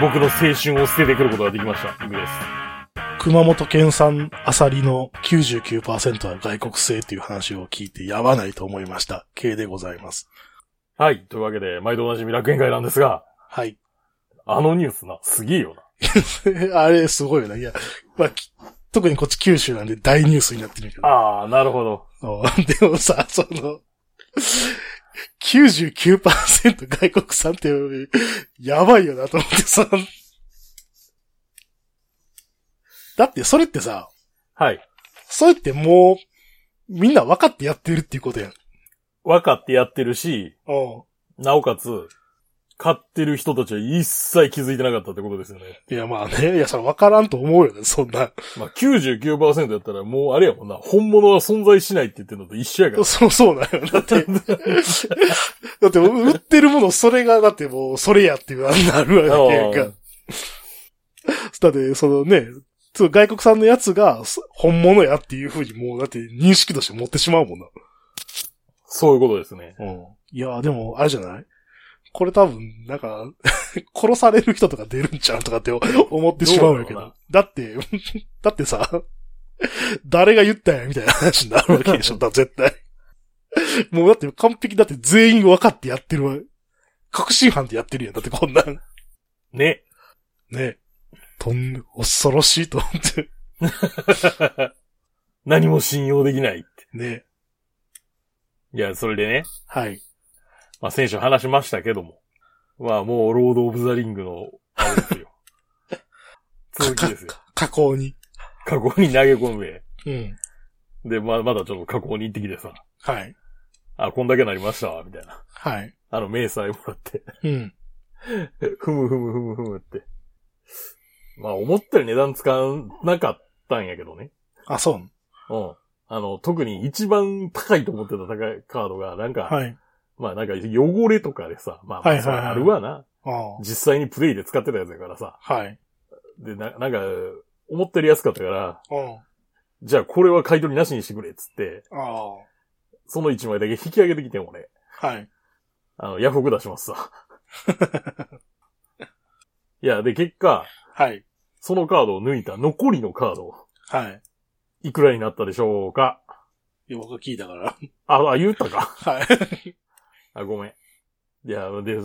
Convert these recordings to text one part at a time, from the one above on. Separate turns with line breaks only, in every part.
僕の青春を捨ててくることができました。ゆみです。
熊本県産アサリの99%は外国製という話を聞いてやばないと思いました。系でございます。
はい。というわけで、毎度おなじみ楽園会なんですが、
はい。
あのニュースな、すげえよな。
あれ、すごいよな。いや、まあ、き特にこっち九州なんで大ニュースになってるけど。
ああ、なるほど。
うん でもさ、その、99%外国産って、やばいよなと思ってさ。だってそれってさ、
はい。
それってもう、みんな分かってやってるっていうことやん。
分かってやってるし、
うん。
なおかつ、買ってる人たちは一切気づいてなかったってことですよね。
いや、まあね。いや、それ分からんと思うよね、そんな。
まあ、99%やったらもうあれやもんな、本物は存在しないって言ってるのと一緒やから。
そう、そうだよ。だって、だって、売ってるもの、それが、だってもう、それやっていう、なるわけやん
う
か
ん。
だって、そのね、その外国産のやつが、そ本物やっていうふうに、もう、だって、認識として持ってしまうもんな。
そういうことですね。
うん。いや、でも、あれじゃないこれ多分、なんか、 殺される人とか出るんちゃうとかって 思ってしまうんやけ
どうなの
ど。だって、 だってさ、誰が言ったんやみたいな話になるわけ でしょ、だ絶対。もうだって完璧だって全員分かってやってるわ。確信犯でやってるやん。だってこんなん。
ね。
ね。とん、恐ろしいと思って。
何も信用できないって。
ね。
いや、それでね、
はい。
まあ、先週話しましたけども。まあ、もう、ロード・オブ・ザ・リングの、あれです よ。続きですよ。
加工に。
加工に投げ込め。
うん。
で、まあ、まだちょっと加工に行ってきてさ、
はい。
あ、こんだけなりましたわ、みたいな。
はい。
あの、明細もらって、
うん。
ふむふむふむふむって。まあ、思ったより値段つかなかったんやけどね。
あ、そう。
うん。あの、特に一番高いと思ってた高いカードが、なんか、
はい。
まあなんか汚れとかでさ、まあま
は
あ、
いはい
そ
は
れ
い
あるわな、
ああ。
実際にプレイで使ってたやつやからさ。
はい。
で、な、なんか、思ったより安かったから、
うん。あ
じゃあこれは買い取りなしにしてくれ、っつって、
あ。
その1枚だけ引き上げてきてもね、
はい。
あの、ヤフオク出します さ。いや、で、結果、
はい。
そのカードを抜いた残りのカード、
はい。
いくらになったでしょうか
よく聞いたから。
あ、あ、言ったか。
はい。
あ、ごめん。いや、で、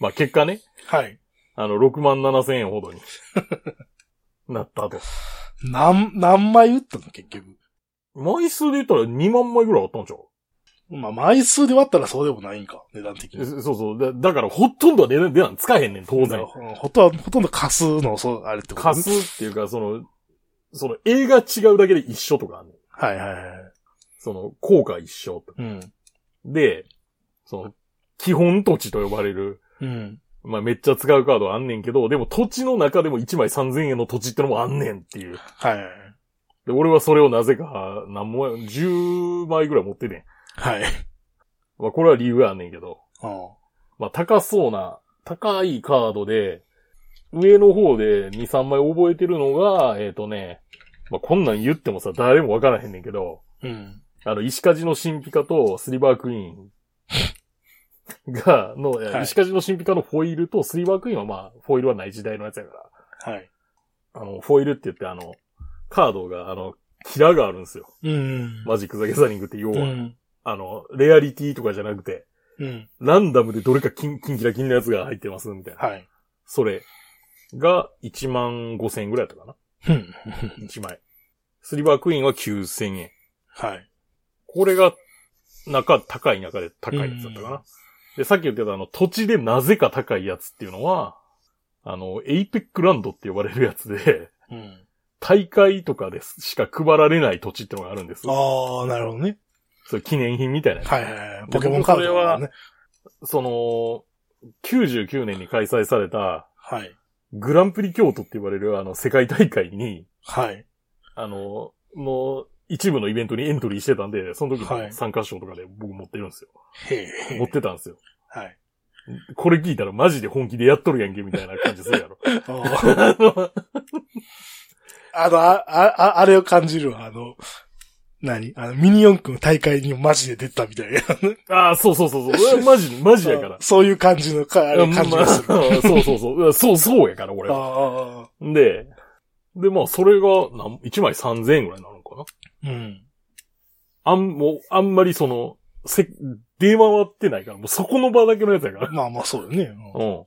まあ、結果ね、
はい。
あの、6万7千円ほ どになったと。
なん、何枚打ったの結局。
枚数で言ったら2万枚ぐらいあったんちゃう
まあ、枚数で割ったらそうでもないんか。値段的
え
に。
そうそう。だだから、ほとんどは値段、値段使えへんねん、当然。
うんほとんど、ほとんど貸すの、そう、あれってこと
貸すっていうか、その、その、映画違うだけで一緒とかあんねん。
はいはいはい。
その、効果一緒とか。
うん。
で、その、基本土地と呼ばれる、
うん。
まあ、めっちゃ使うカードはあんねんけど、でも土地の中でも1枚3000円の土地ってのもあんねんっていう。
はいはい
で、俺はそれをなぜか、何も、10枚ぐらい持っててん。
はい。はい。
まあ、これは理由があんねんけど、
うん。
まあ、高そうな、高いカードで、上の方で2、3枚覚えてるのが、えっ、とね、まあ、こんなん言ってもさ、誰もわからへんねんけど、
うん。
あの、石鍛冶の神秘家とスリバークイーン が、の、え
はい
石鍛冶の神秘家のフォイルとスリバークイーンはまあ、フォイルはない時代のやつやから、
はい。
あの、フォイルって言ってあの、カードが、あの、キラがあるんですよ。
うん。
マジック・ザ・ギャザリングって要は、
うん。
あの、レアリティとかじゃなくて、
うん。
ランダムでどれか金、金キラ金のやつが入ってます、みたいな。
はい。
それが1万5千円ぐらいだったか
うん。
な ?1 枚。スリバークイーンは9千円。
はい。
これが、中、高い中で高いやつだったか
うん
な。で、さっき言ってたあの、土地でなぜか高いやつっていうのは、あの、エイペックランドって呼ばれるやつで、
うん。
大会とかですしか配られない土地ってのがあるんです。
ああ、なるほどね。
それ記念品みたいなやつ。
はいはいはい。ポケモンカードとかね。
その、99年に開催された、
はい。
グランプリ京都って呼ばれるあの、世界大会に、
はい。
あの、の、一部のイベントにエントリーしてたんで、その時
は
の
い
参加賞とかで僕持ってるんですよ。
へえ。へ
持っ
え
てたんですよ。
はい。
これ聞いたらマジで本気でやっとるやんけ、みたいな感じするやろ。
あ
あ
あ
の
あの、あ、あ、あれを感じるわ。あの、何あの、ミニ四駆の大会にマジで出てたみたいな。
ああ、そうそうそうそう。うわマジ、 マジやから。
そういう感じのか、あれ感じがする。
うんまあ そうそうそう。うわそう、そうやから、俺
あ。ああ
で、で、まあ、それが、なん1枚3000円ぐらいなのかな
あ、うん。
あん、もう、あんまりその、せ、出回ってないから、もうそこの場だけのやつやから。
まあまあ、そうよね。
うん。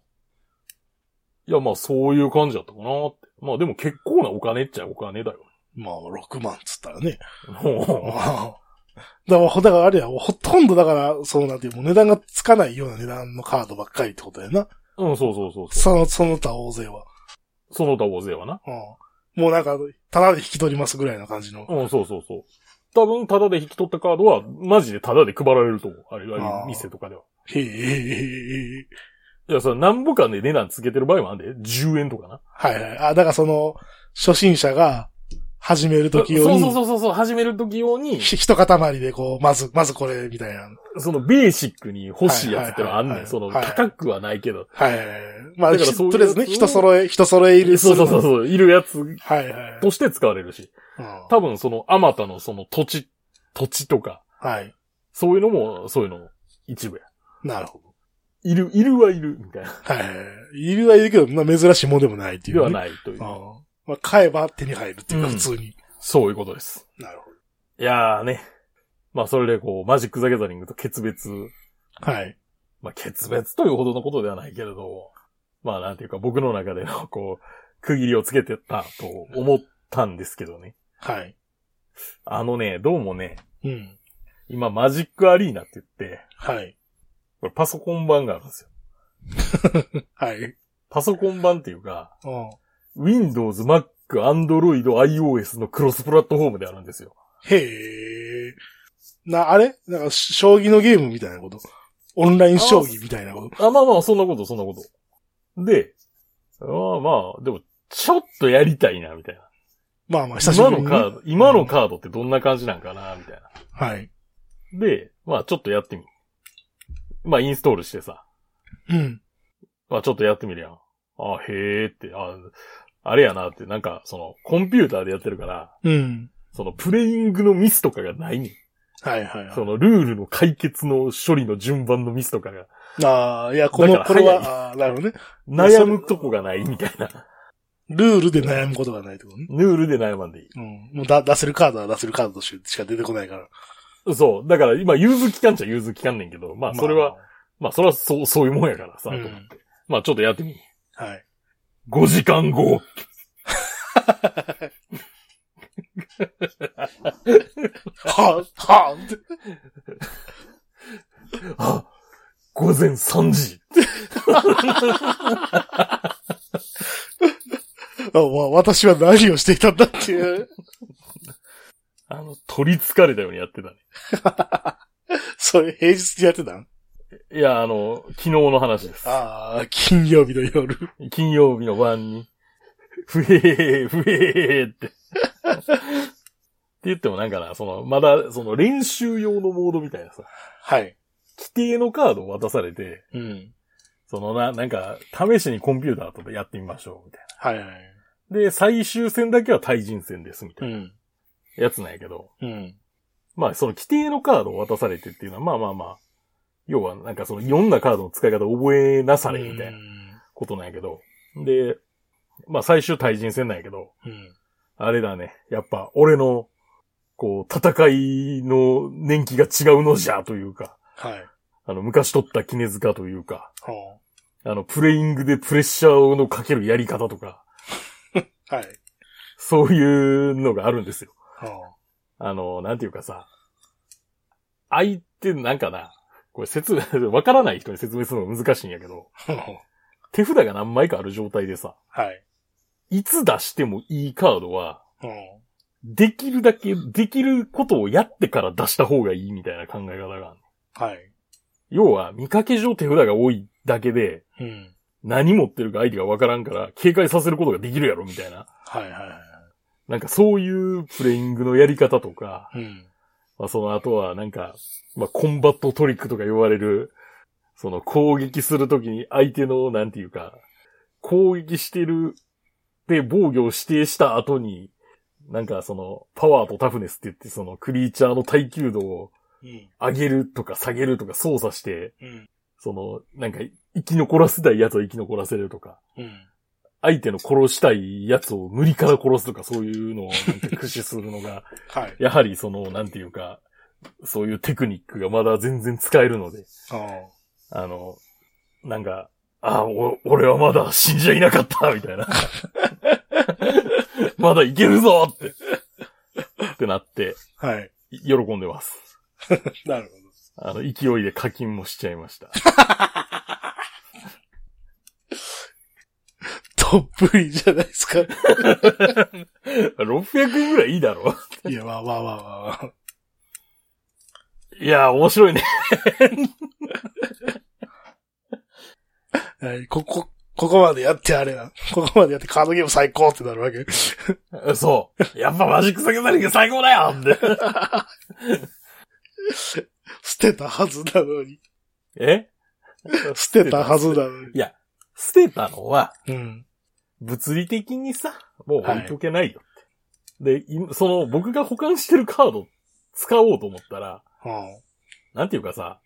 いや、まあ、そういう感じだったかなって。まあ、でも結構なお金っちゃお金 だよ。
まあ、6万っつったらね。
も
だから、だからあれや、ほとんどだから、そうなんていう、もう値段がつかないような値段のカードばっかりってことやな。
ううん、そうそうそうそう。
その、その他大勢は。
その他大勢はな。
うん。もうなんか、ただで引き取りますぐらいな感じの。
うん、そうそうそう。多分、タダで引き取ったカードは、マジでタダで配られると思う。あれ、ああいう店とかでは。
へえへえへえ。
いや、それ、なんぼかで値段つけてる場合もあんで、10円とかな。
はいはい。あ、だからその、初心者が始めるとき用
そう
に、
そうそうそうそう、始める時用に、
ひ一塊でこう、まず、まずこれ、みたいな。
そのベーシックに欲しいやつってのはあん
は
ねん。
いはいはいはい
その、
はい
高くはないけど。
はいはいはい。まあ、
だから
ひ
そういう
とりあえずね、
やつを
人揃え、人揃え入れ
そうそうそう
う。
そう、いるやつ
はいはい。
として使われるし。
うん
多分、その、あまたのその土地、土地とか、
はい。
そういうのも、そういうの、一部や。
なるほど。
いる、いるはいる、みたいな。
はいはいはい。いるはいるけど、まあ珍しいもんでもないっていう、
で
ね。
はないという
うん。。まあ、買えば手に入るっていうか、
うん
普通に。
そういうことです。
なるほ
いやーね。まあ、それでこう、マジック・ザ・ギャザリングと決別。
ど。はい。
まあ、決別というほどのことではないけれど、まあ、なんていうか、僕の中での、こう、区切りをつけてたと思ったんですけどね。
はい。
あのね、どうもね、
うん。
今、マジックアリーナって言って、
はい。
これパソコン版があるんですよ。
はい。うん。
パソコン版っていうか、Windows、Mac、Android、iOS のクロスプラットフォームであるんですよ。
へえ。な、あれなんか、し将棋のゲームみたいなことオンライン将棋みたいなこと
あ、まあまあ、そんなこと、そんなこと。で、ああまあ、でも、ちょっとやりたいな、みたいな。
まあまあ、久しぶ
今
り
の
にね、
カード、今のカードってどんな感じなんかな、みたい
はい。
な。で、まあ、ちょっとやってみ。まあ、インストールしてさ、
うん。
まあ、ちょっとやってみるやん。あへえって、ああれやなって、なんか、その、コンピューターでやってるから、
うん。
その、プレイングのミスとかがないねん
はいはいは
その、ルールの解決の処理の順番のミスとかが、
い。ああ、いや、こ
だ
の、
から
これ
早い
は、ああー、なるほどね。
悩むとこがないみたいな。
ルールで悩むことがないってことね。
ルールで悩まんでいい。
うん。もうだ出せるカードは出せるカードとしてしか出てこないから。
そう。だから今、融通期間っちゃ融通期間ねんけど、まあ、それは、。まあ、それはそう、そういうもんやからさ、
うん
と思って。まあ、ちょっとやってみ。
はい。
5時間後。
はあ、はあ、って
あ、午前3時。
あわ私は何をしていたんだっていう。
あの、取り憑かれたようにやってたね。
それ平日でやってたん
いや、あの、昨日の話です。
ああ、金曜日の夜。
金曜日の晩に、ふへへへ、ふへへへって。って言ってもなんかな、その、まだ、その練習用のモードみたいなさ、
はい。
規定のカードを渡されて、
うん。
そのな、なんか、試しにコンピューターとでやってみましょう、みたい
はいはい。
な。で、最終戦だけは対人戦です、みたい
ん。
なやつなんやけど、
うん。
まあ、その規定のカードを渡されてっていうのは、まあまあまあ、要は、なんかその、いろんなカードの使い方を覚えなされ、みたいな
な。
ことなんやけど、で、まあ最終対人戦なんやけど、
うん。
あれだね。やっぱ、俺の、こう、戦いの年季が違うのじゃというか、
はい。
あの、昔取った絹塚というか、
は
あの、プレイングでプレッシャーのかけるやり方とか、
あ。はい。
そういうのがあるんですよ。
は
あの、なんていうかさ、相手なんかな、これ説明、 わからない人に説明するの難しいんやけど、
あ。
手札が何枚かある状態でさ、
はい。
いつ出してもいいカードは、
うん。
できるだけ、できることをやってから出した方がいいみたいな考え方がある。
はい。
要は、見かけ上手札が多いだけで、
うん。
何持ってるか相手がわからんから、警戒させることができるやろ、みたいな。
はいはいは
なんかそういうプレイングのやり方とか、
い。うん。
まあその後はなんか、まあコンバットトリックとか言われる、その攻撃するときに相手の、なんていうか、攻撃してるで防御を指定した後に、なんかその、パワーとタフネスって言って、そのクリーチャーの耐久度を
うん。
上げるとか下げるとか操作して、
うん。
その、なんか生き残らせたいやつを生き残らせるとか、
うん。
相手の殺したいやつを無理から殺すとかそういうのをなんか駆使するのが、
はい。
やはりその、なんていうか、そういうテクニックがまだ全然使えるので、
ああ。
あの、なんか、あお、俺はまだ死んじゃいなかった、みたいな。 まだいけるぞって。ってなって、
はい。
い喜んでます。
なるほど。
あの、勢いで課金もしちゃいました。
どっぷりじゃないですか。い
600円ぐらいいいだろ
や、まあまあまあまあまあ。
いや、面白いね。
はい、こ こ、ここまでやってあれな。ここまでやってカードゲーム最高ってなるわけ。
そう。やっぱマジックサゲザリング最高だよって。
捨てたはずなのに。
え
捨てたはずなのに。
捨てたのは、
うん。
物理的にさ、もう置いとけないよって。で、今その、僕が保管してるカード使おうと思ったら、
は
なんていうかさ、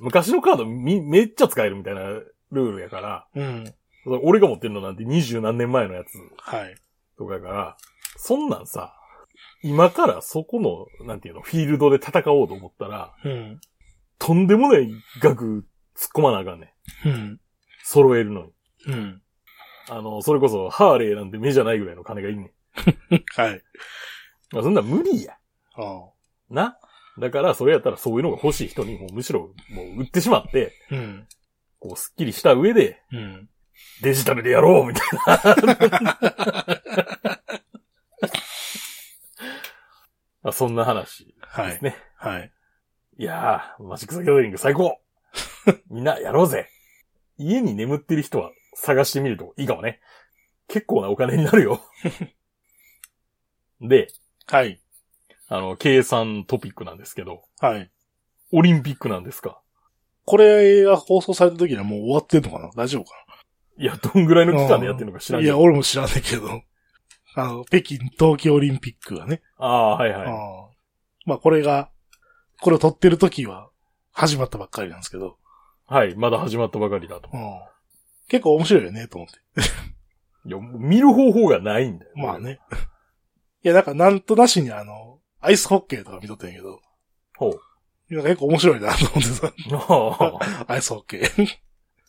昔のカードみ、めっちゃ使えるみたいなルールやから、
あ、うん。
俺が持ってるのなんて二十何年前のやつ
はい。
とかやから、そんなんさ、今からそこの、なんていうの、フィールドで戦おうと思ったら、
うん。
とんでもない額突っ込まなあかんねん。
うん。
揃えるのに。
うん。
あの、それこそ、ハーレーなんて目じゃないぐらいの金がいんねん。
はい。
まあ、そんなん無理や。
は
な。だから、それやったらそういうのが欲しい人に、もうむしろ、もう売ってしまって、
あ。うん。
こう、スッキリした上で、
うん。
デジタルでやろうみたいな。あ そんな話
は
で
い
す。ね。
はい。
い、やー、マジック・ザ・ギャザリング最高みんなやろうぜ家に眠ってる人は探してみるといいかもね。結構なお金になるよ。で、
はい。
あの、計算トピックなんですけど、
はい。
オリンピックなんですか
これが放送された時にはもう終わってんのかな大丈夫か
いや、どんぐらいの期間でやってるのか知ら
なんい
けど
や、俺も知らないけど。あの、北京冬季オリンピックがね。
ああー、はいはい。
あーまあ、これが、これを撮ってる時は始まったばっかりなんですけど。
はい、まだ始まったばかりだと
う。ん結構面白いよね、と思って。
いや、もう見る方法がないんだよ。
まあ。ね。いや、なんか、なんとなしにあの、アイスホッケーとか見とったんやけど。
ほう。
なんか結構面白いな、と思ってさ。
あ
アイスホッケー。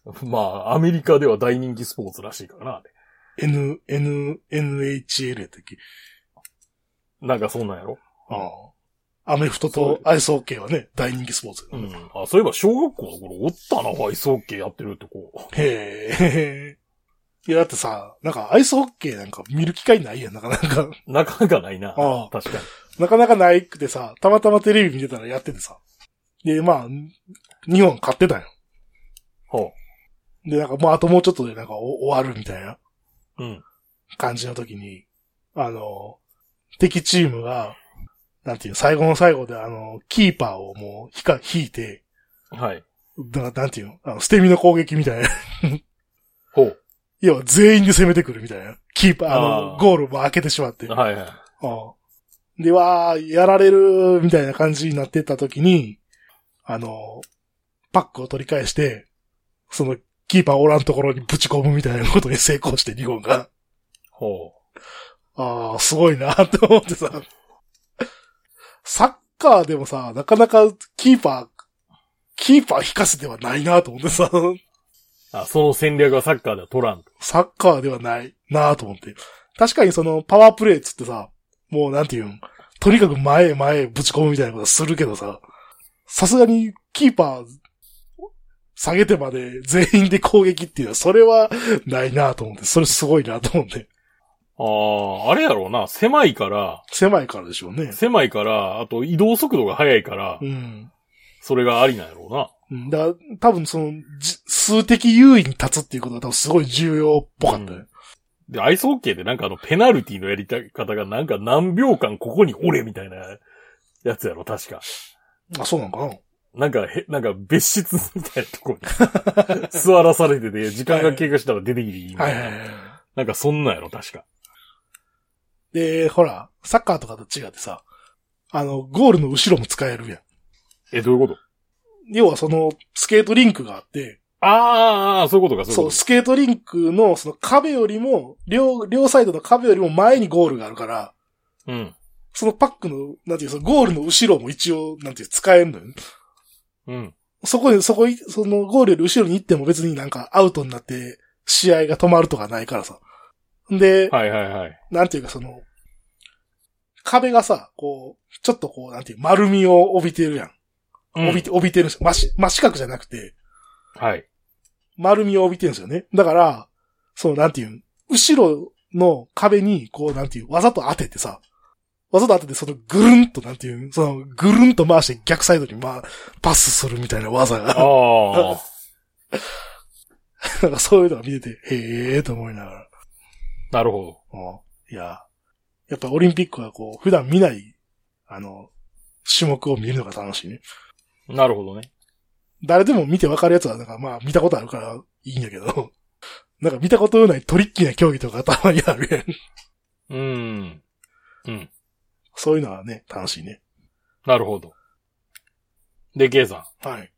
あ まあ、アメリカでは大人気スポーツらしいからな。あれ
N、N、NHL やったっけ
なんかそんなんやろ
ああ。アメフトとアイスホッケーはね、大人気スポーツ
う
やな、
ん。あ、そういえば小学校の頃おったな、アイスホッケーやってるって子。
へえ。いや、だってさ、なんかアイスホッケーなんか見る機会ないやん、なかなか。
なかなかないな。
ああ
確かに。
なかなかないくてさ、たまたまテレビ見てたらやっててさ。で、まあ、日本勝ってたんよ。
ほ
で、なんかもうあともうちょっとでなんかお終わるみたいな
う。うん。
感じの時に、あの、敵チームが、なんていう、最後の最後であの、キーパーをもう引か、引いて、
はい。
ななんていうのあの、捨て身の攻撃みたいな。
ほう。
要は全員で攻めてくるみたいな。キーパー、あの、
あー
ゴールも開けてしまって。
はいはい。
うんで、わー、やられる、みたいな感じになってった時に、あの、パックを取り返して、その、キーパーおらんところにぶち込むみたいなことに 成功して、日本が。
ほ
あー、すごいなって思ってさ。サッカーでもさ、なかなかキーパー、キーパー引かせてはないなと思ってさ、
う。あ、その戦略はサッカーでは取らんと。
サッカーではないなと思って。確かにその、パワープレイっつってさ、もうなんていうん、とにかく前へ前へぶち込むみたいなことするけどさ、さすがにキーパー、下げてまで全員で攻撃っていうのは、それはないなと思って、それすごいなと思って。
ああ、あれやろうな。狭いから、
狭いからでしょうね。
狭いから、あと移動速度が速いから
う、ん。
それがありなんやろうな。
うんだから、多分その、じ数的優位に立つっていうことが多分すごい重要っぽかったよ。
で、アイスホッケーでなんかあの、ペナルティのやり方がなんか何秒間ここにおれみたいなやつやろ、確か。
あ、そうなのか
な
な
んか、へ、なんか別室みたいなところ に座らされてて、時間が経過したら出てきていいみた
はいいはい
な。
はいはい。
なんかそんなんやろ、確か。
で、ほら、サッカーとかと違ってさ、あの、ゴールの後ろも使えるやん。
え、どういうこと
要はその、スケートリンクがあって、
あーあー、そういうことか、そういう
そ
こ
う、スケートリンクのその壁よりも、両、両サイドの壁よりも前にゴールがあるから、
と。うん。
そのパックの、なんていう、そのゴールの後ろも一応、なんていう、使えるのよね。
うん。
そこに、そこに、そのゴールより後ろに行っても別になんかアウトになって、試合が止まるとかないからさ。で、
はいはいはい。
なんていうかその、壁がさ、こう、ちょっとこう、なんていう、丸みを帯びてるやん。
うん
帯びて、帯びてるんですよ。真し真四角じゃなくて、
はい。
丸みを帯びてるんですよね。だから、その、なんていうん、後ろの壁に、こう、なんていう、わざと当ててさ、わざと当てて、その、ぐるんと、なんていうん、その、ぐるんと回して逆サイドに、まあ、パスするみたいな技が。
あ あ。
なんかそういうのを見てて、へえーと思いながら。
なるほ
うんいや、やっぱオリンピックはこう、普段見ない、あの、種目を見るのが楽しいね。
ど。なるほどね。
誰でも見てわかるやつは、なんかまあ見たことあるからいいんやけど、 なんか見たことのないトリッキーな競技とかたまにある
う
やん。
ーん。うん。
そういうのはね、楽しいね。
なるほど。で、ケイさ
はい。
ん、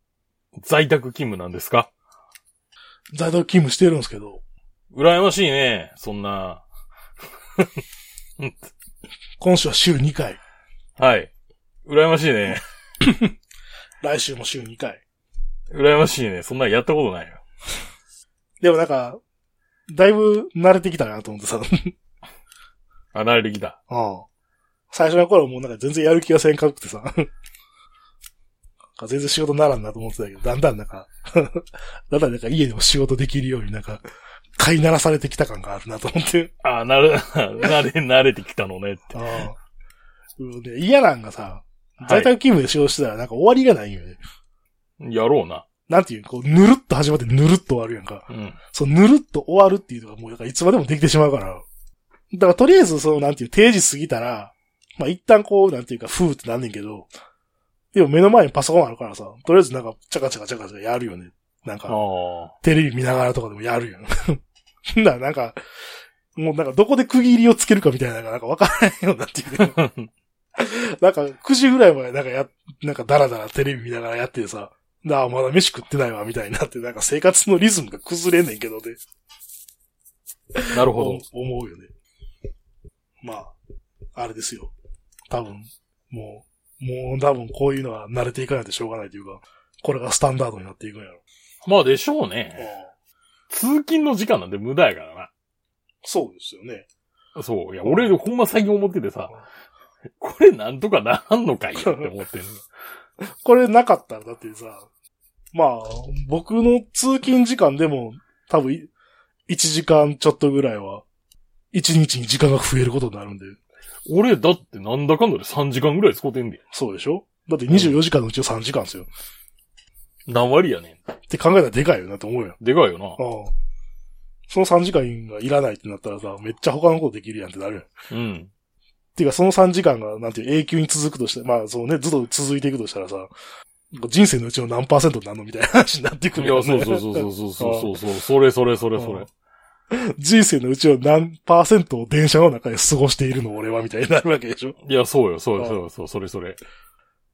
在宅勤務なんですか
在宅勤務してるんですけど、
羨ましいね。そんな。
今週は週2回、
はい。羨ましいね。
来週も週2回。
羨ましいね。そんなんやったことないよ。
でもなんか、だいぶ慣れてきたなと思ってさ、
あ、慣れてきた。
うん。最初の頃もうなんか全然やる気がせんかくてさ。なんか全然仕事ならんなと思ってたけど、だんだんなんか、 だんだんなんか家でも仕事できるようになんか、飼いならされてきた感があるなと思って。
あ、なる、慣れ、 慣れてきたのねって。
うんで嫌なんがさ、
い
在宅勤務で仕事してたらなんか終わりがないんよね。
やろうな。
なんていう、こう、ぬるっと始まってぬるっと終わるやんか。
うん。
そう、ぬるっと終わるっていうのがもうなんかいつまでもできてしまうから。だからとりあえずそのなんていう定時過ぎたら、まあ一旦こうなんていうか、ふーってなんねんけど、でも目の前にパソコンあるからさ、とりあえずなんか、チャカチャカチャカチャカやるよね。なん
あ
か、
あ。
テレビ見ながらとかでもやるよ、ね。 だからなんか、もうなんかどこで区切りをつけるかみたいなのがなんかわからないようになっ ていうか。なんか9時ぐらいまでなんかや、なんかダラダラテレビ見ながらやってさ、なあ、まだ飯食ってないわ、みたいになって、なんか生活のリズムが崩れんねんけどね。
なるほど。
お思うよね。まあ、あれですよ。多分、もう、もう多分こういうのは慣れていかないとしょうがないというか、これがスタンダードになっていくんやろ。
まあでしょうね。通勤の時間なんて無駄やから
そうですよね。
な。そう。いや、俺ほんま最近思っててさ、これなんとかならんのかいって思ってる。
これなかったらだってさ、まあ、僕の通勤時間でも、多分い、1時間ちょっとぐらいは、1日に時間が増えることになるんで、
俺だってなんだかんだで3時間ぐらい使ってんで。
そうでしょだって24時間のうちの3時間ですよ。
何割やね
って考えたらでかいよなと思うよ。
ん。でかいよな。
ああ。その3時間がいらないってなったらさ、めっちゃ他のことできるやんってなるやん。っ
うん。
ていうか、その3時間が、なんていう、永久に続くとして、まあ、そうね、ずっと続いていくとしたらさ、人生のうちの何パーセントになるのみたいな話になってく
い
るよ
や、
ね
そうそうそうそうそうそうそう。それそれそれそれ。
人生のうちの何パーセントを電車の中で過ごしているの俺はみたいになるわけでしょ
いや、そうよ、そうよ、そうよ、そう、それそれ。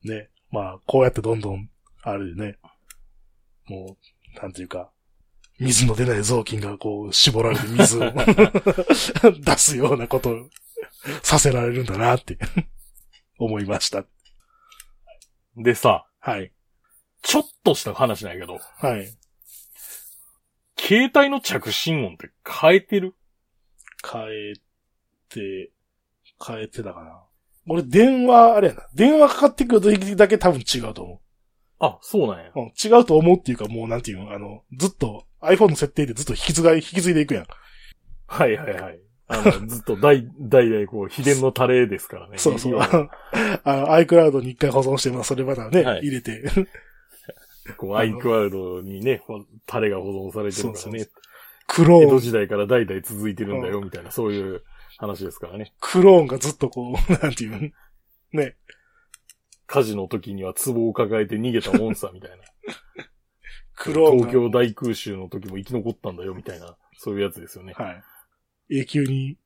ね。まあ、こうやってどんどん、あれでね、もう、なんていうか、水の出ない雑巾がこう、絞られて水を 出すようなことをさせられるんだなって 思いました。
でさ、
はい。
ちょっとした話なんやけど、
はい。
携帯の着信音って変えてる
変えて、変えてたかな。俺、電話、あれやな。電話かかってくる時だけ多分違うと思う。
あ、そうなんや。
うん、違うと思うっていうか、もうなんていうの、あの、ずっと iPhone の設定でずっと引き継が、引き継いでいくやん。
はいはいはい。あの、 ずっと代、代々こう、秘伝のタレですからね。
そうそう。
要
あ
は
の、iCloud に一回保存して、まあ、それまだね、
はい
入れて。
こう、
あ
iCloud にね、ほタレが保存されてるから
そうそう
ね。
クロ
江戸
ーン、
時代から代々続いてるんだよ、みたいな、そういう話ですからね。
クローンがずっとこう、 なんていうのね、
火事の時には壺を抱えて逃げたモンスターみたい な。
クローンが。
東京大空襲の時も生き残ったんだよ、みたいな、そういうやつですよね。
はい。永久に、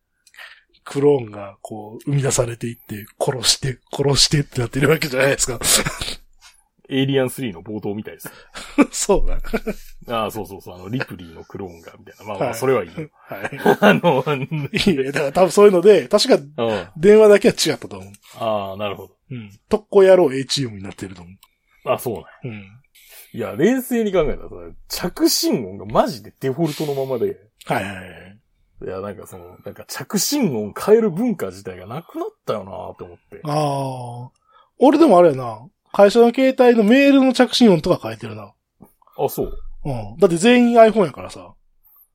クローンが、こう、生み出されていって、殺して、殺してってなってるわけじゃないですか。
エイリアン3の冒頭みたいです。
そうだ。
ああ、そうそうそう、あの、リプリーのクローンが、みたいな。まあま
は
あ、
い
それはいい よ。
はい。
あの、うん
いや、だから多分そういうので、確か
あ
電話だけは違ったと思う。
あ、なるほ
うん。特攻野郎 A チームになってると思
ど。あそうなんや。
う。うん。
いや、冷静に考えたらさ、着信音がマジでデフォルトのままで、
はいはいはい。
いや、なんかその、なんか着信音変える文化自体がなくなったよなと思って。
ああ。俺でもあれやな。会社の携帯のメールの着信音とか書いてるな。
あ、そう。
うん。だって全員 iPhone やからさ。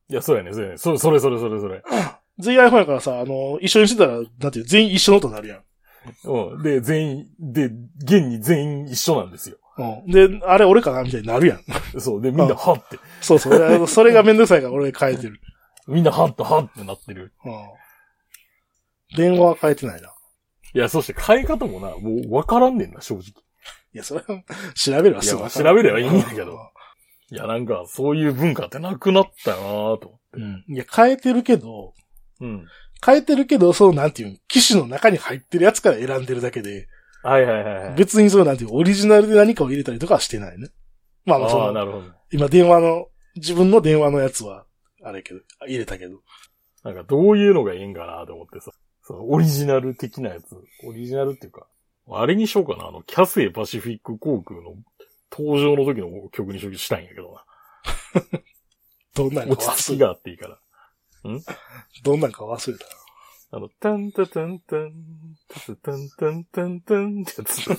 いや、そうやね、そうやね。それ、それ、それ、それ、それ。
全員 iPhone やからさ、あの、一緒にしてたら、だって全員一緒の音になるやん。
うん。で、全員、で、現に全員一緒なんですよ。
うん。で、あれ俺かなみたいになるやん。
そう。で、みんな、
あ
はって。
そうそう。あのそれがめんどくさいから俺変えてる。
みんな、はっと、はってなってる。
うん。電話は変えてないな。
いや、そして変え方もな、もうわからんねんな、正直。
いや、それは、調べればすぐわかる
いや調べればいいんだけど。いや、なんか、そういう文化ってなくなったよなと。
うん。いや、変えてるけど、
うん。
変えてるけど、その、なんていうの、機種の中に入ってるやつから選んでるだけで、
はいはいはいはい。
別にそうなんていう、オリジナルで何かを入れたりとかはしてないね。まあまあ、そ
ああ、
の、
なるほど。
今電話の、自分の電話のやつは、あれやけど、あ入れたけど。
なんかどういうのがいいんかなと思ってさ、そのオリジナル的なやつ、オリジナルっていうか、あれにしようかな、あの、キャスエパシフィック航空の登場の時の曲にしようしたいんやけど
どんな
な。
んか
落ち着
忘
き
れ、
があっていいから。
どんなんか忘れたな。
あの、タンタタンタン、タタタンタンタンタンってやつ。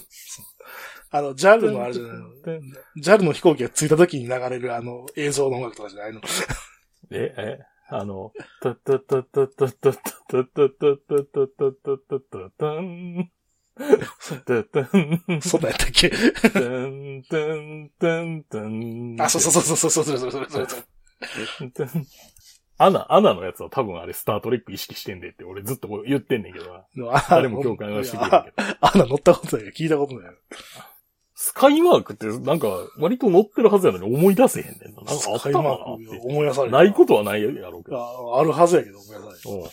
あの、JAL のあれじゃないの。JAL の飛行機が着いた時に流れるあの、映像の音楽とかじゃないの。
え、え、あの、タタタタタタタタタタタタタタタタン。タタン、
そんなんやったっけ
タンタンタンタン。
あ、そうそうそうそうそう、それそれそれそれそれ。
アナ、アナのやつは多分あれスタートレック意識してんでって俺ずっと言ってんねんけどな。
のあ
誰も共感はしてくれん
いや
けど。
ああんな乗ったことないから聞いたことない。
スカイマークってなんか割と乗ってるはずやのに思い出せへんねんな。なんかあっ
スカ
た
イ
か
マ
な
ー
っ
ク
て。
思い出される
ないことはないやろうけど。
ああるはずやけど、思い出される。
うん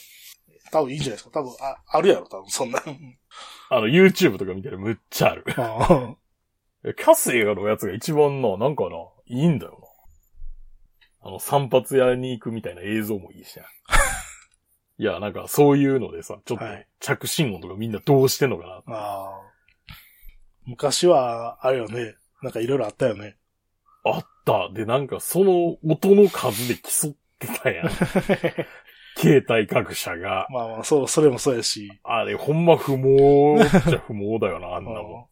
多分いいんじゃないですか。多分、あ、あるやろ、多分、そんな。
あの YouTube とか見たらむっちゃある。
あ
キャス映画のやつが一番な、なんかな、いいんだよな。あの散髪屋に行くみたいな映像もいいしな。いや、なんかそういうのでさ、ちょっと
はい
着信音とかみんなどうしてんのかなって
あ昔は、あれよね。なんかいろいろあったよね。
あった。で、なんかその音の数で競ってたやん。携帯各社が。
まあまあ、そう、それもそうやし。
あれ、ほんま不毛っちゃ不毛だよな、あんなも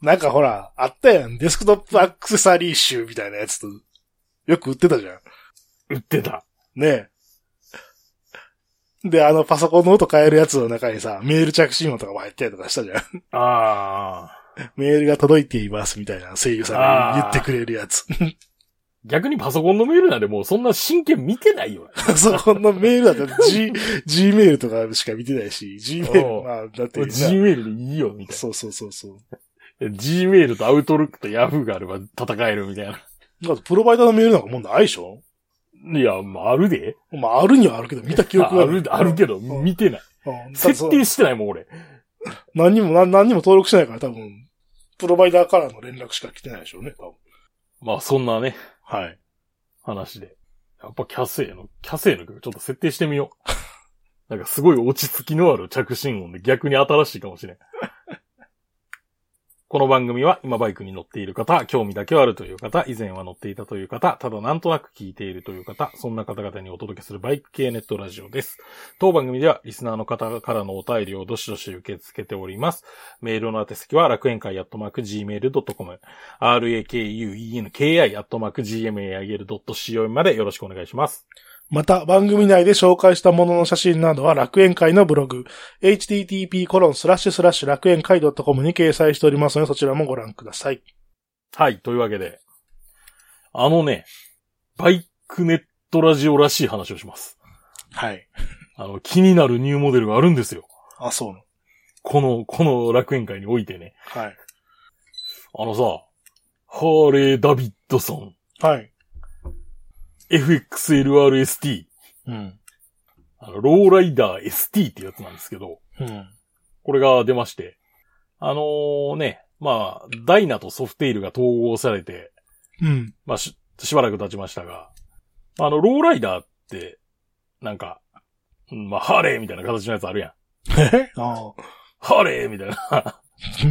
なんかほら、あったやん。デスクトップアクセサリー集みたいなやつと、よく売ってたじゃん。
ん。売ってた。
ねえ。で、あの、パソコンの音変えるやつの中にさ、メール着信音とかも入ったりとかしたじゃん。
ああ。
メールが届いていますみたいな声優さんが言ってくれるやつ。
逆にパソコンのメールなんでもうそんな真剣見てないよね。
パソコンのメールだったら G、G メールとかしか見てないし、G メー
お
ル、
う
まあ、だって
もう
な
G メールでいいよ、みたい
そうそうそうそう。
な。G メールとアウトルックと Yahoo があれば戦えるみたい
だってプロバイダーのメールなんかもうないでしょ
な。いや、まあ、あるで。
まあ、あるにはあるけど、見た記憶
あ
は
ある、あるけど、
うん
見てない。
うんだってそ
設
の
定してないもん、俺。
何にも、何何にも登録してないから多分、プロバイダーからの連絡しか来てないでしょうね、多分。
まあ、そんなね、
はい。
話で。やっぱキャセイの、キャセイの曲ちょっと設定してみよう。 なんかすごい落ち着きのある着信音で逆に新しいかもしれん。 この番組は今バイクに乗っている方、興味だけはあるという方、以前は乗っていたという方、ただなんとなく聞いているという方、そんな方々にお届けするバイク系ネットラジオです。当番組ではリスナーの方からのお便りをどしどし受け付けております。メールの宛先は楽園会アットマーク gmail.com、rakuenki アットマーク gmail.co までよろしくお願いします。
また、番組内で紹介したものの写真などは楽園会のブログ、http コロンスラッシュスラッシュ楽園会 .com に掲載しておりますので、そちらもご覧ください。
はい、というわけで、あのね、バイクネットラジオらしい話をします。
はい。
あの、気になるニューモデルがあるんですよ。
あ、そうなの。
この、この楽園会においてね。
はい。
あのさ、ハーレー・ダビッドソン、
はい。
FXLRST、
うん。
あの、ローライダー ST っていうやつなんですけど、
うん。
これが出まして、あのーね、まあ、ダイナとソフテイルが統合されて、
うん。
まあ、し、しばらく経ちましたが、あの、ローライダーって、なんか、うんまあ、ハーレーみたいな形のやつあるやん。
えあ
ハーレーみたいな。
あ。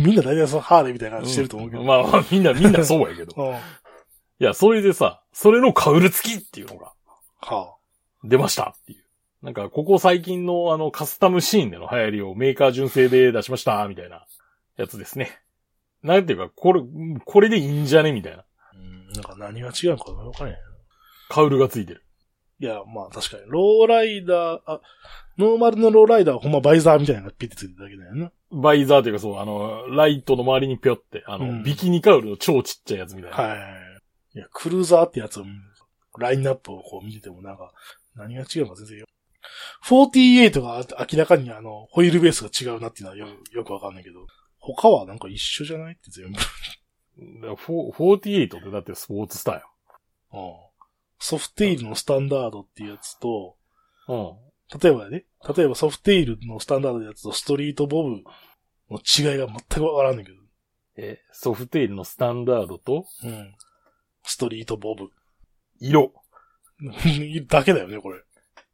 みんな大体そのハーレーみたいな感じしてると思うけど。
んまあまあ、みんな、みんなそうやけど。
うん。はい
や、それでさ、それのカウル付きっていうのが
あ。
出ましたっていう。なんか、ここ最近のあの、カスタムシーンでの流行りをメーカー純正で出しました、みたいなやつですね。なんていうか、これ、これでいいんじゃねみたいな。
うん。なんか何が違うのかわかんない。
カウルが付いてる。
いや、まあ確かに。ローライダー、あ、ノーマルのローライダーはほんまバイザーみたいなのがピッてついてるだけだよな。
バイザーというかそう、あの、ライトの周りにぴょって、あの、
うん
ビキニカウルの超ちっちゃいやつみたいな。
はい。いや、クルーザーってやつを見る、ラインナップをこう見ててもなんか、何が違うのか全然よ。48が明らかにあの、ホイールベースが違うなっていうのはよよくわかんないけど、他はなんか一緒じゃないって全部。
だからフォー48ってだってスポーツスター
うんソフテイルのスタンダードっていうやつと、
よ。
例えばね、例えばソフテイルのスタンダードのやつとストリートボブの違いが全くわからんねんけど。
うん。え、ソフテイルのスタンダードと、
うん。ストリートボブ。
色。
だけだよね、これ。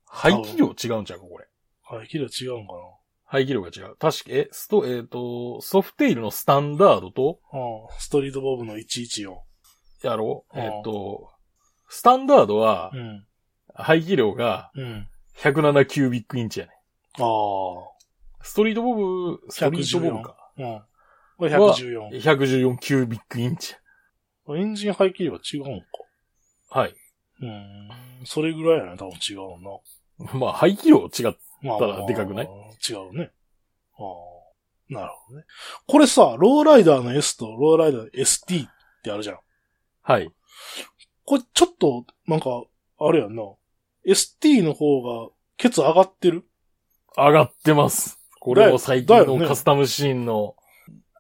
排気量違うんちゃうか、これ。
はい、けど違うんかな。
排気量が違う。確か、え、スト、えっ、と、ソフテイルのスタンダードと、
うん。ストリートボブの114。
やろう
うん
えっ、と、スタンダードは
う、ん。
排気量が
うん。
107キュービックインチやね。
ああ。
ストリートボブ、ストリートボブか。
うん。これ114。
114キュービックインチ。
エンジン排気量は違うんか。
はい。
うん。それぐらいやね、多分違うな。
まあ、排気量違っ、
まあ
ただでかくない
違うね。ああ。なるほどね。これさ、ローライダーの S とローライダーの ST ってあるじゃん。
はい。
これちょっと、なんか、あれやんな。ST の方が、ケツ上がってる
上がってます。これも最
だ
近
よ
の
ね
カスタムシーンの、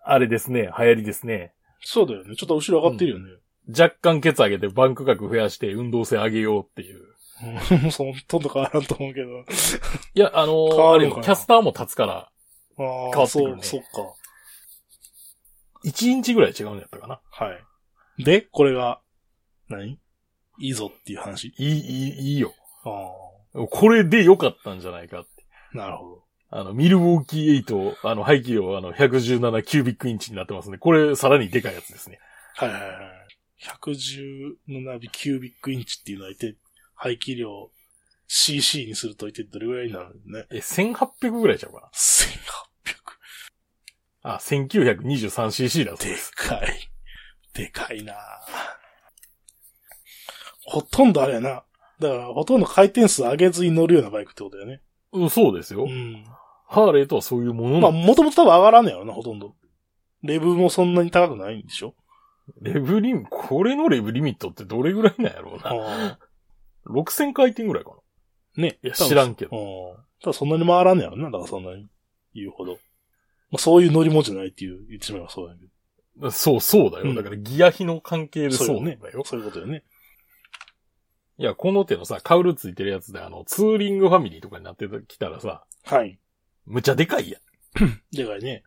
あれですね、流行りですね。
そうだよね。ちょっと後ろ上がってるよね。
若干ケツ上げてバンク角増やして運動性上げようっていう。
うん、 そんとんど変わらんと思うけど。
いや、あの
変
ー、あ
わ
れ
るのか
よ
な
キャスターも立つから、
ああ、
変わってく
そ
る
う
ね、
そっか。
1インチぐらい違うんやったかな。
はい。で、これが、何いいぞっていう話。
いい、いい、いいよ。
あ
これで良かったんじゃないかって。
あ、なるほど。
あの、ミルウォーキー8、あの、排気量、あの、117キュービックインチになってますね。これ、さらにでかいやつですね。
はいはいはい。117ビキュービックインチっていうのは一体、排気量 CC にすると一体どれぐらいになるんだろうね。
え、1800ぐらいちゃうか
1800。
な。あ、1923cc だそう
で
です。
かい。でかいなほとんどあれやな。だから、ほとんど回転数上げずに乗るようなバイクってことだよね。
うん、そうですよ。
うん。
ハーレーとはそういうもの
ま
なの。
あ、もともと多分上がらんのやろな、ほとんど。レブもそんなに高くないんでしょ
レブリミ、これのレブリミットってどれぐらいなんやろうな。
あ
6000回転ぐらいか
あね。
な。いや、知らんけど。
うん。ただそんなに回らんねやろな、だからそんなに言うほど。まあ、そういう乗り物じゃないっていう、言ってしまえばそうやけど。
そう、そうだ
う
よ。
ん
だからギア比の関係でそう
そう
なんだよ
ね。。そういうことよね。
いや、この手のさ、カウルついてるやつで、あの、ツーリングファミリーとかになってきたらさ、
はい。
むちゃでかいやん。い
でかいね。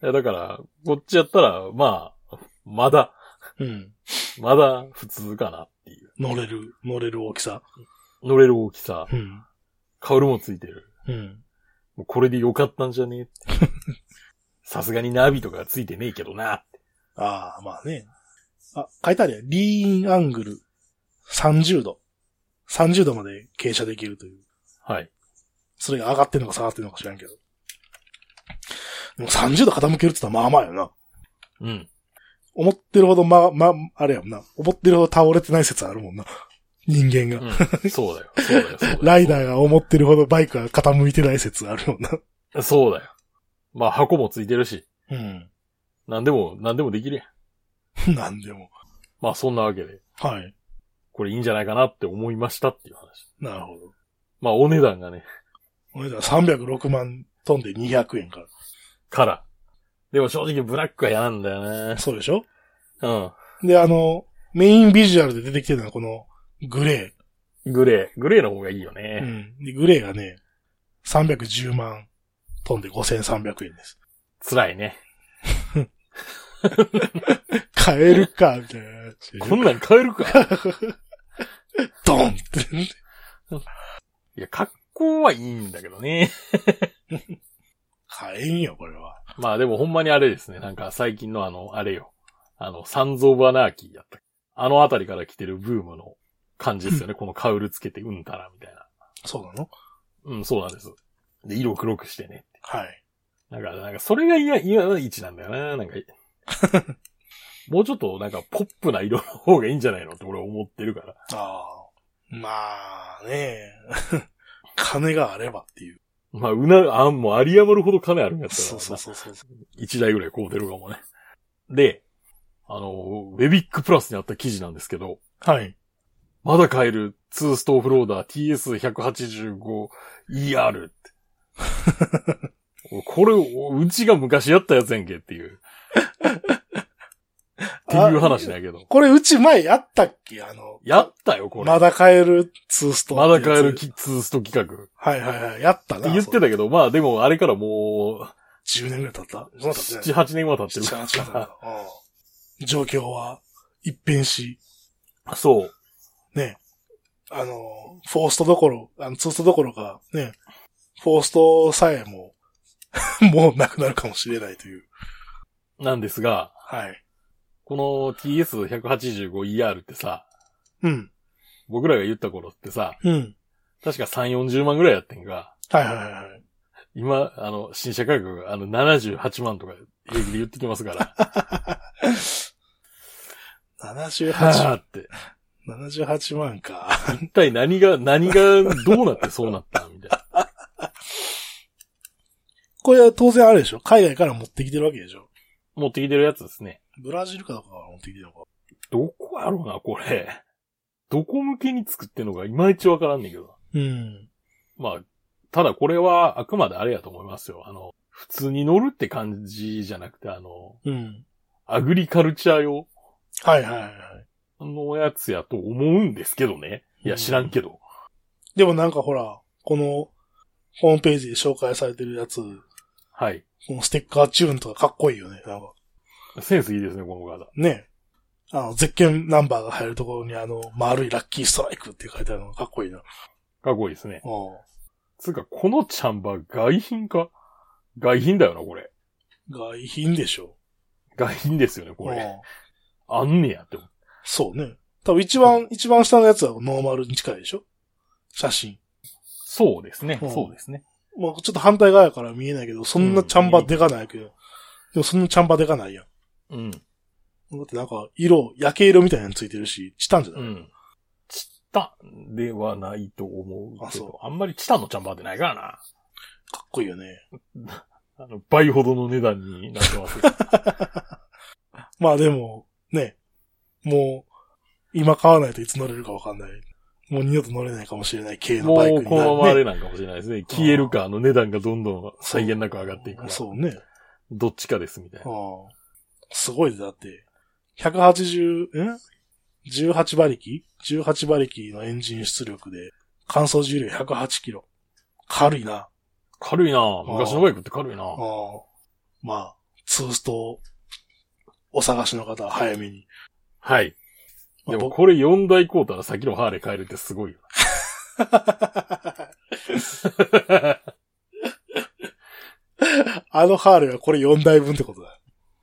や、だから、こっちやったら、まあ、まだ、
うん。
まだ普通かなっていう。
乗れる、乗れる大きさ。
乗れる大きさ、
うん。
カウルもついてる。
うん。
もうこれでよかったんじゃねえってさすがにナビとかついてねえけどな。
ああ、まあね。あ、書いてあるやんリーンアングル30度。30度まで傾斜できるという。
はい。
それが上がってんのか下がってんのか知らんけど。でも30度傾けるって言ったらまあまあよな。
うん。
思ってるほどま、ま、あれやもんな。思ってるほど倒れてない説あるもんな。人間
う
が。
ん、そうだよ。そうだよ。そうだよ
ライダーが思ってるほどバイクが傾いてない説あるもんな。
そうだよ。まあ、箱もついてるし、
う
なんでも、なんでもできるやん。
ん。 なんでも。
まあ、そんなわけで、
はい。
これいいんじゃないかなって思いましたっていう話。
なるほど。
まあ、お値段がね、
お値段306万飛んで200円か
から。でも正直ブラックは嫌なんだよ
ら。
ね。
そうでしょ
うん。
で、あの、メインビジュアルで出てきてるのはこの、グレ
グレー。グレーの方がいいよ
う
ね。
ん。で、グレーがね、310万飛んで5300円です。
辛いね。
買えるか、みたいな話で。
こんなん買えるか。
ドンってね。
いや、格好はいいんだけどね。
買えんよ、これは。
まあでもほんまにあれですね。なんか最近のあの、あれよ。あの、サンズ・オブ・アナーキーやった。あのあたりから来てるブームの感じです よね。このカウルつけてうんたらみたいな。
そうなの
うん、そうなんです。で、色黒くしてね。
はい。
なんか、なんか、それが嫌、嫌な位置なんだよな、 なんか。もうちょっと、なんか、ポップな色の方がいいんじゃないのって俺思ってるから。
ああ。まあね、 金があればっていう。
まあ、うな、あんもうあり余るほど金あるんやったら
そ
な、
うそうそうそう。
一台ぐらいこう出るかもね。で、あの、ウェビックプラスにあった記事なんですけど、
はい。
まだ買える2ストーフローダー TS185ER って。これ、うちが昔やったやつやんけっていう。っていう話だけど。
これ、うち前やったっけあの、
やったよ、これ。
まだ買えるツースト
まだ買える
っ
キ
てや
ッズスト企画。
つはいはいはい。やった
って
な。
言ってたけど、まあでもあれからも
そう10年ぐらい経った
う、
そんな経って
7、
ない。
8年は経ってる
7、8
か
年だうん状況は一変し、
ら。そう。
ね。あの、フォーストどころ、あの、ツーストどころか、ね。フォーストさえも、 もうなくなるかもしれないという。
なんですが、
はい。
この TS185ER ってさ、
うん。
僕らが言った頃ってさ、
うん。
確か3、40万ぐらいやってんが、
はいはいはいはい。
今、あの、新車価格、あの、78万とか平気で言ってきますから、
78、
はぁって。
78万か。
一体何が、何がどうなってそうなったみたいな。
これは当然あれでしょ海外から持ってきてるわけでしょ
持ってきてるやつですね。
ブラジルかどこかから持ってきてるのか。
どこやろうな、これ。どこ向けに作ってんのかいまいちわからんねんけど。
うん。
まあ、ただこれはあくまであれやと思いますよ。あの、普通に乗るって感じじゃなくて、あの、
うん。
アグリカルチャー用
はいはいはい。
のやつやと思うんですけどね。いや、知らんけど。
でもなんかほら、この、ホームページで紹介されてるやつ、こ
はい。
のステッカーチューンとかかっこいいよね。なんか、
センスいいですね、この方。
ね。あの、ゼッケンナンバーが入るところにあの、丸いラッキーストライクって書いてあるのがかっこいいな。
かっこいいですね。
うん。
つうか、このチャンバー外品か外品だよな、これ。
外品でしょ。
外品ですよね、こ
う
れ。
ん
あんねやって思う。
そうね。多分一番、一番下のやつはノーマルに近いでしょ写真。
そうですね。
うん
そうですね。
まあちょっと反対側やから見えないけど、そんなチャンバでかないけど、でもそんなチャンバでかないやん。
うん。
だってなんか、色、焼け色みたいなのついてるし、チタンじゃな
う
い、
ん。チタンではないと思う
あ
け
そ
ど、あんまりチタンのチャンバーってないからな。
かっこいいよね。
あの、倍ほどの値段になって ます。
まあでも、ね、もう、今買わないといつ乗れるかわかんない。もう二度と乗れないかもしれない系の
も
バイク
う、
になる、
こ
ね。
のままあれなんかもしれないですね。消えるか、あの値段がどんどん際限なく上がっていくか。
そうね。
どっちかです、みたい
あ
な。
あすごいねだって、180、ん ?18 馬力 ?18 馬力のエンジン出力で、乾燥重量108キロ。軽いな。
軽いなぁ昔のバイクって軽いな
ああ
ぁ
まあ、ツースト、お探しの方は早めに。
はい。
ま
で
あ
も、
僕
これ4台買うたら先のハーレー買えるってすごいよな。
あのハーレーはこれ4台分ってことだ。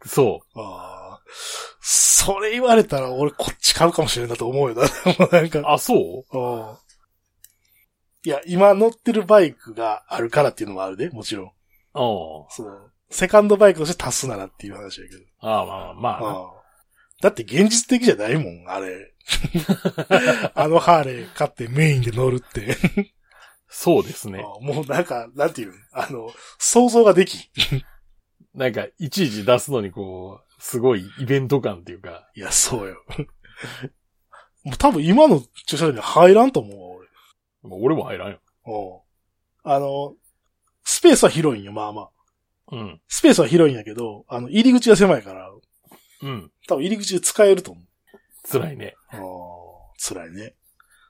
そう。
ああ。それ言われたら俺こっち買うかもしれんなと思うよな。 でもなんか。
あ、そう
うんいや、今乗ってるバイクがあるからっていうのもあるで、もちろん。
あ
その、セカンドバイクとして足すならっていう話だけど。
あ。ああ、まあまあ、まあな。
ああだって現実的じゃないもん、あれ。あのハーレー買ってメインで乗るって。
そうですね。
ああ もうなんか、なんていうのあの、想像ができん。
なんか、いちいち出すのにこう、すごいイベント感っていうか、
いや、そうよ。 もう多分今の駐車場に入らんと思うわ、俺。
もう俺も入らんよ。
おうあの、スペースは広いんよ、まあまあ。
うん。
スペースは広いんやけど、あの、入り口が狭いから、
うん。
多分入り口で使えると思
辛いね。
う。辛いね。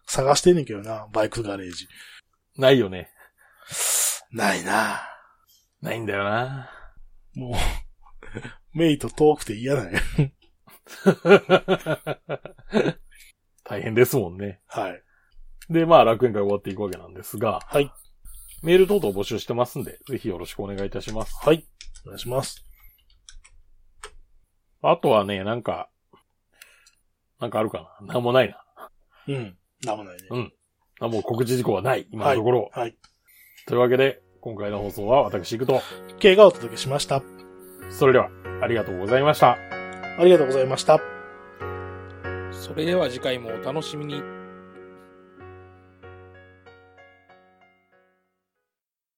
探してんねんけどな、バイクガレージ。
ないよね。
ないな。
ないんだよな。
もう、メイと遠くて嫌だね。
大変ですもんね。
はい。
で、まあ、楽園会終わっていくわけなんですが、
はい。
メール等々募集してますんで、ぜひよろしくお願いいたします。
はい。お願いします。
あとはね、なんか、なんかあるかな。なんもないな。
うん。なんもないね。
あもう告知事項はない。今のところ。
はい。
というわけで、今回の放送は私行くと。
K がお届けしました。
それでは、ありがとうございました。
ありがとうございました。
それでは次回もお楽しみに。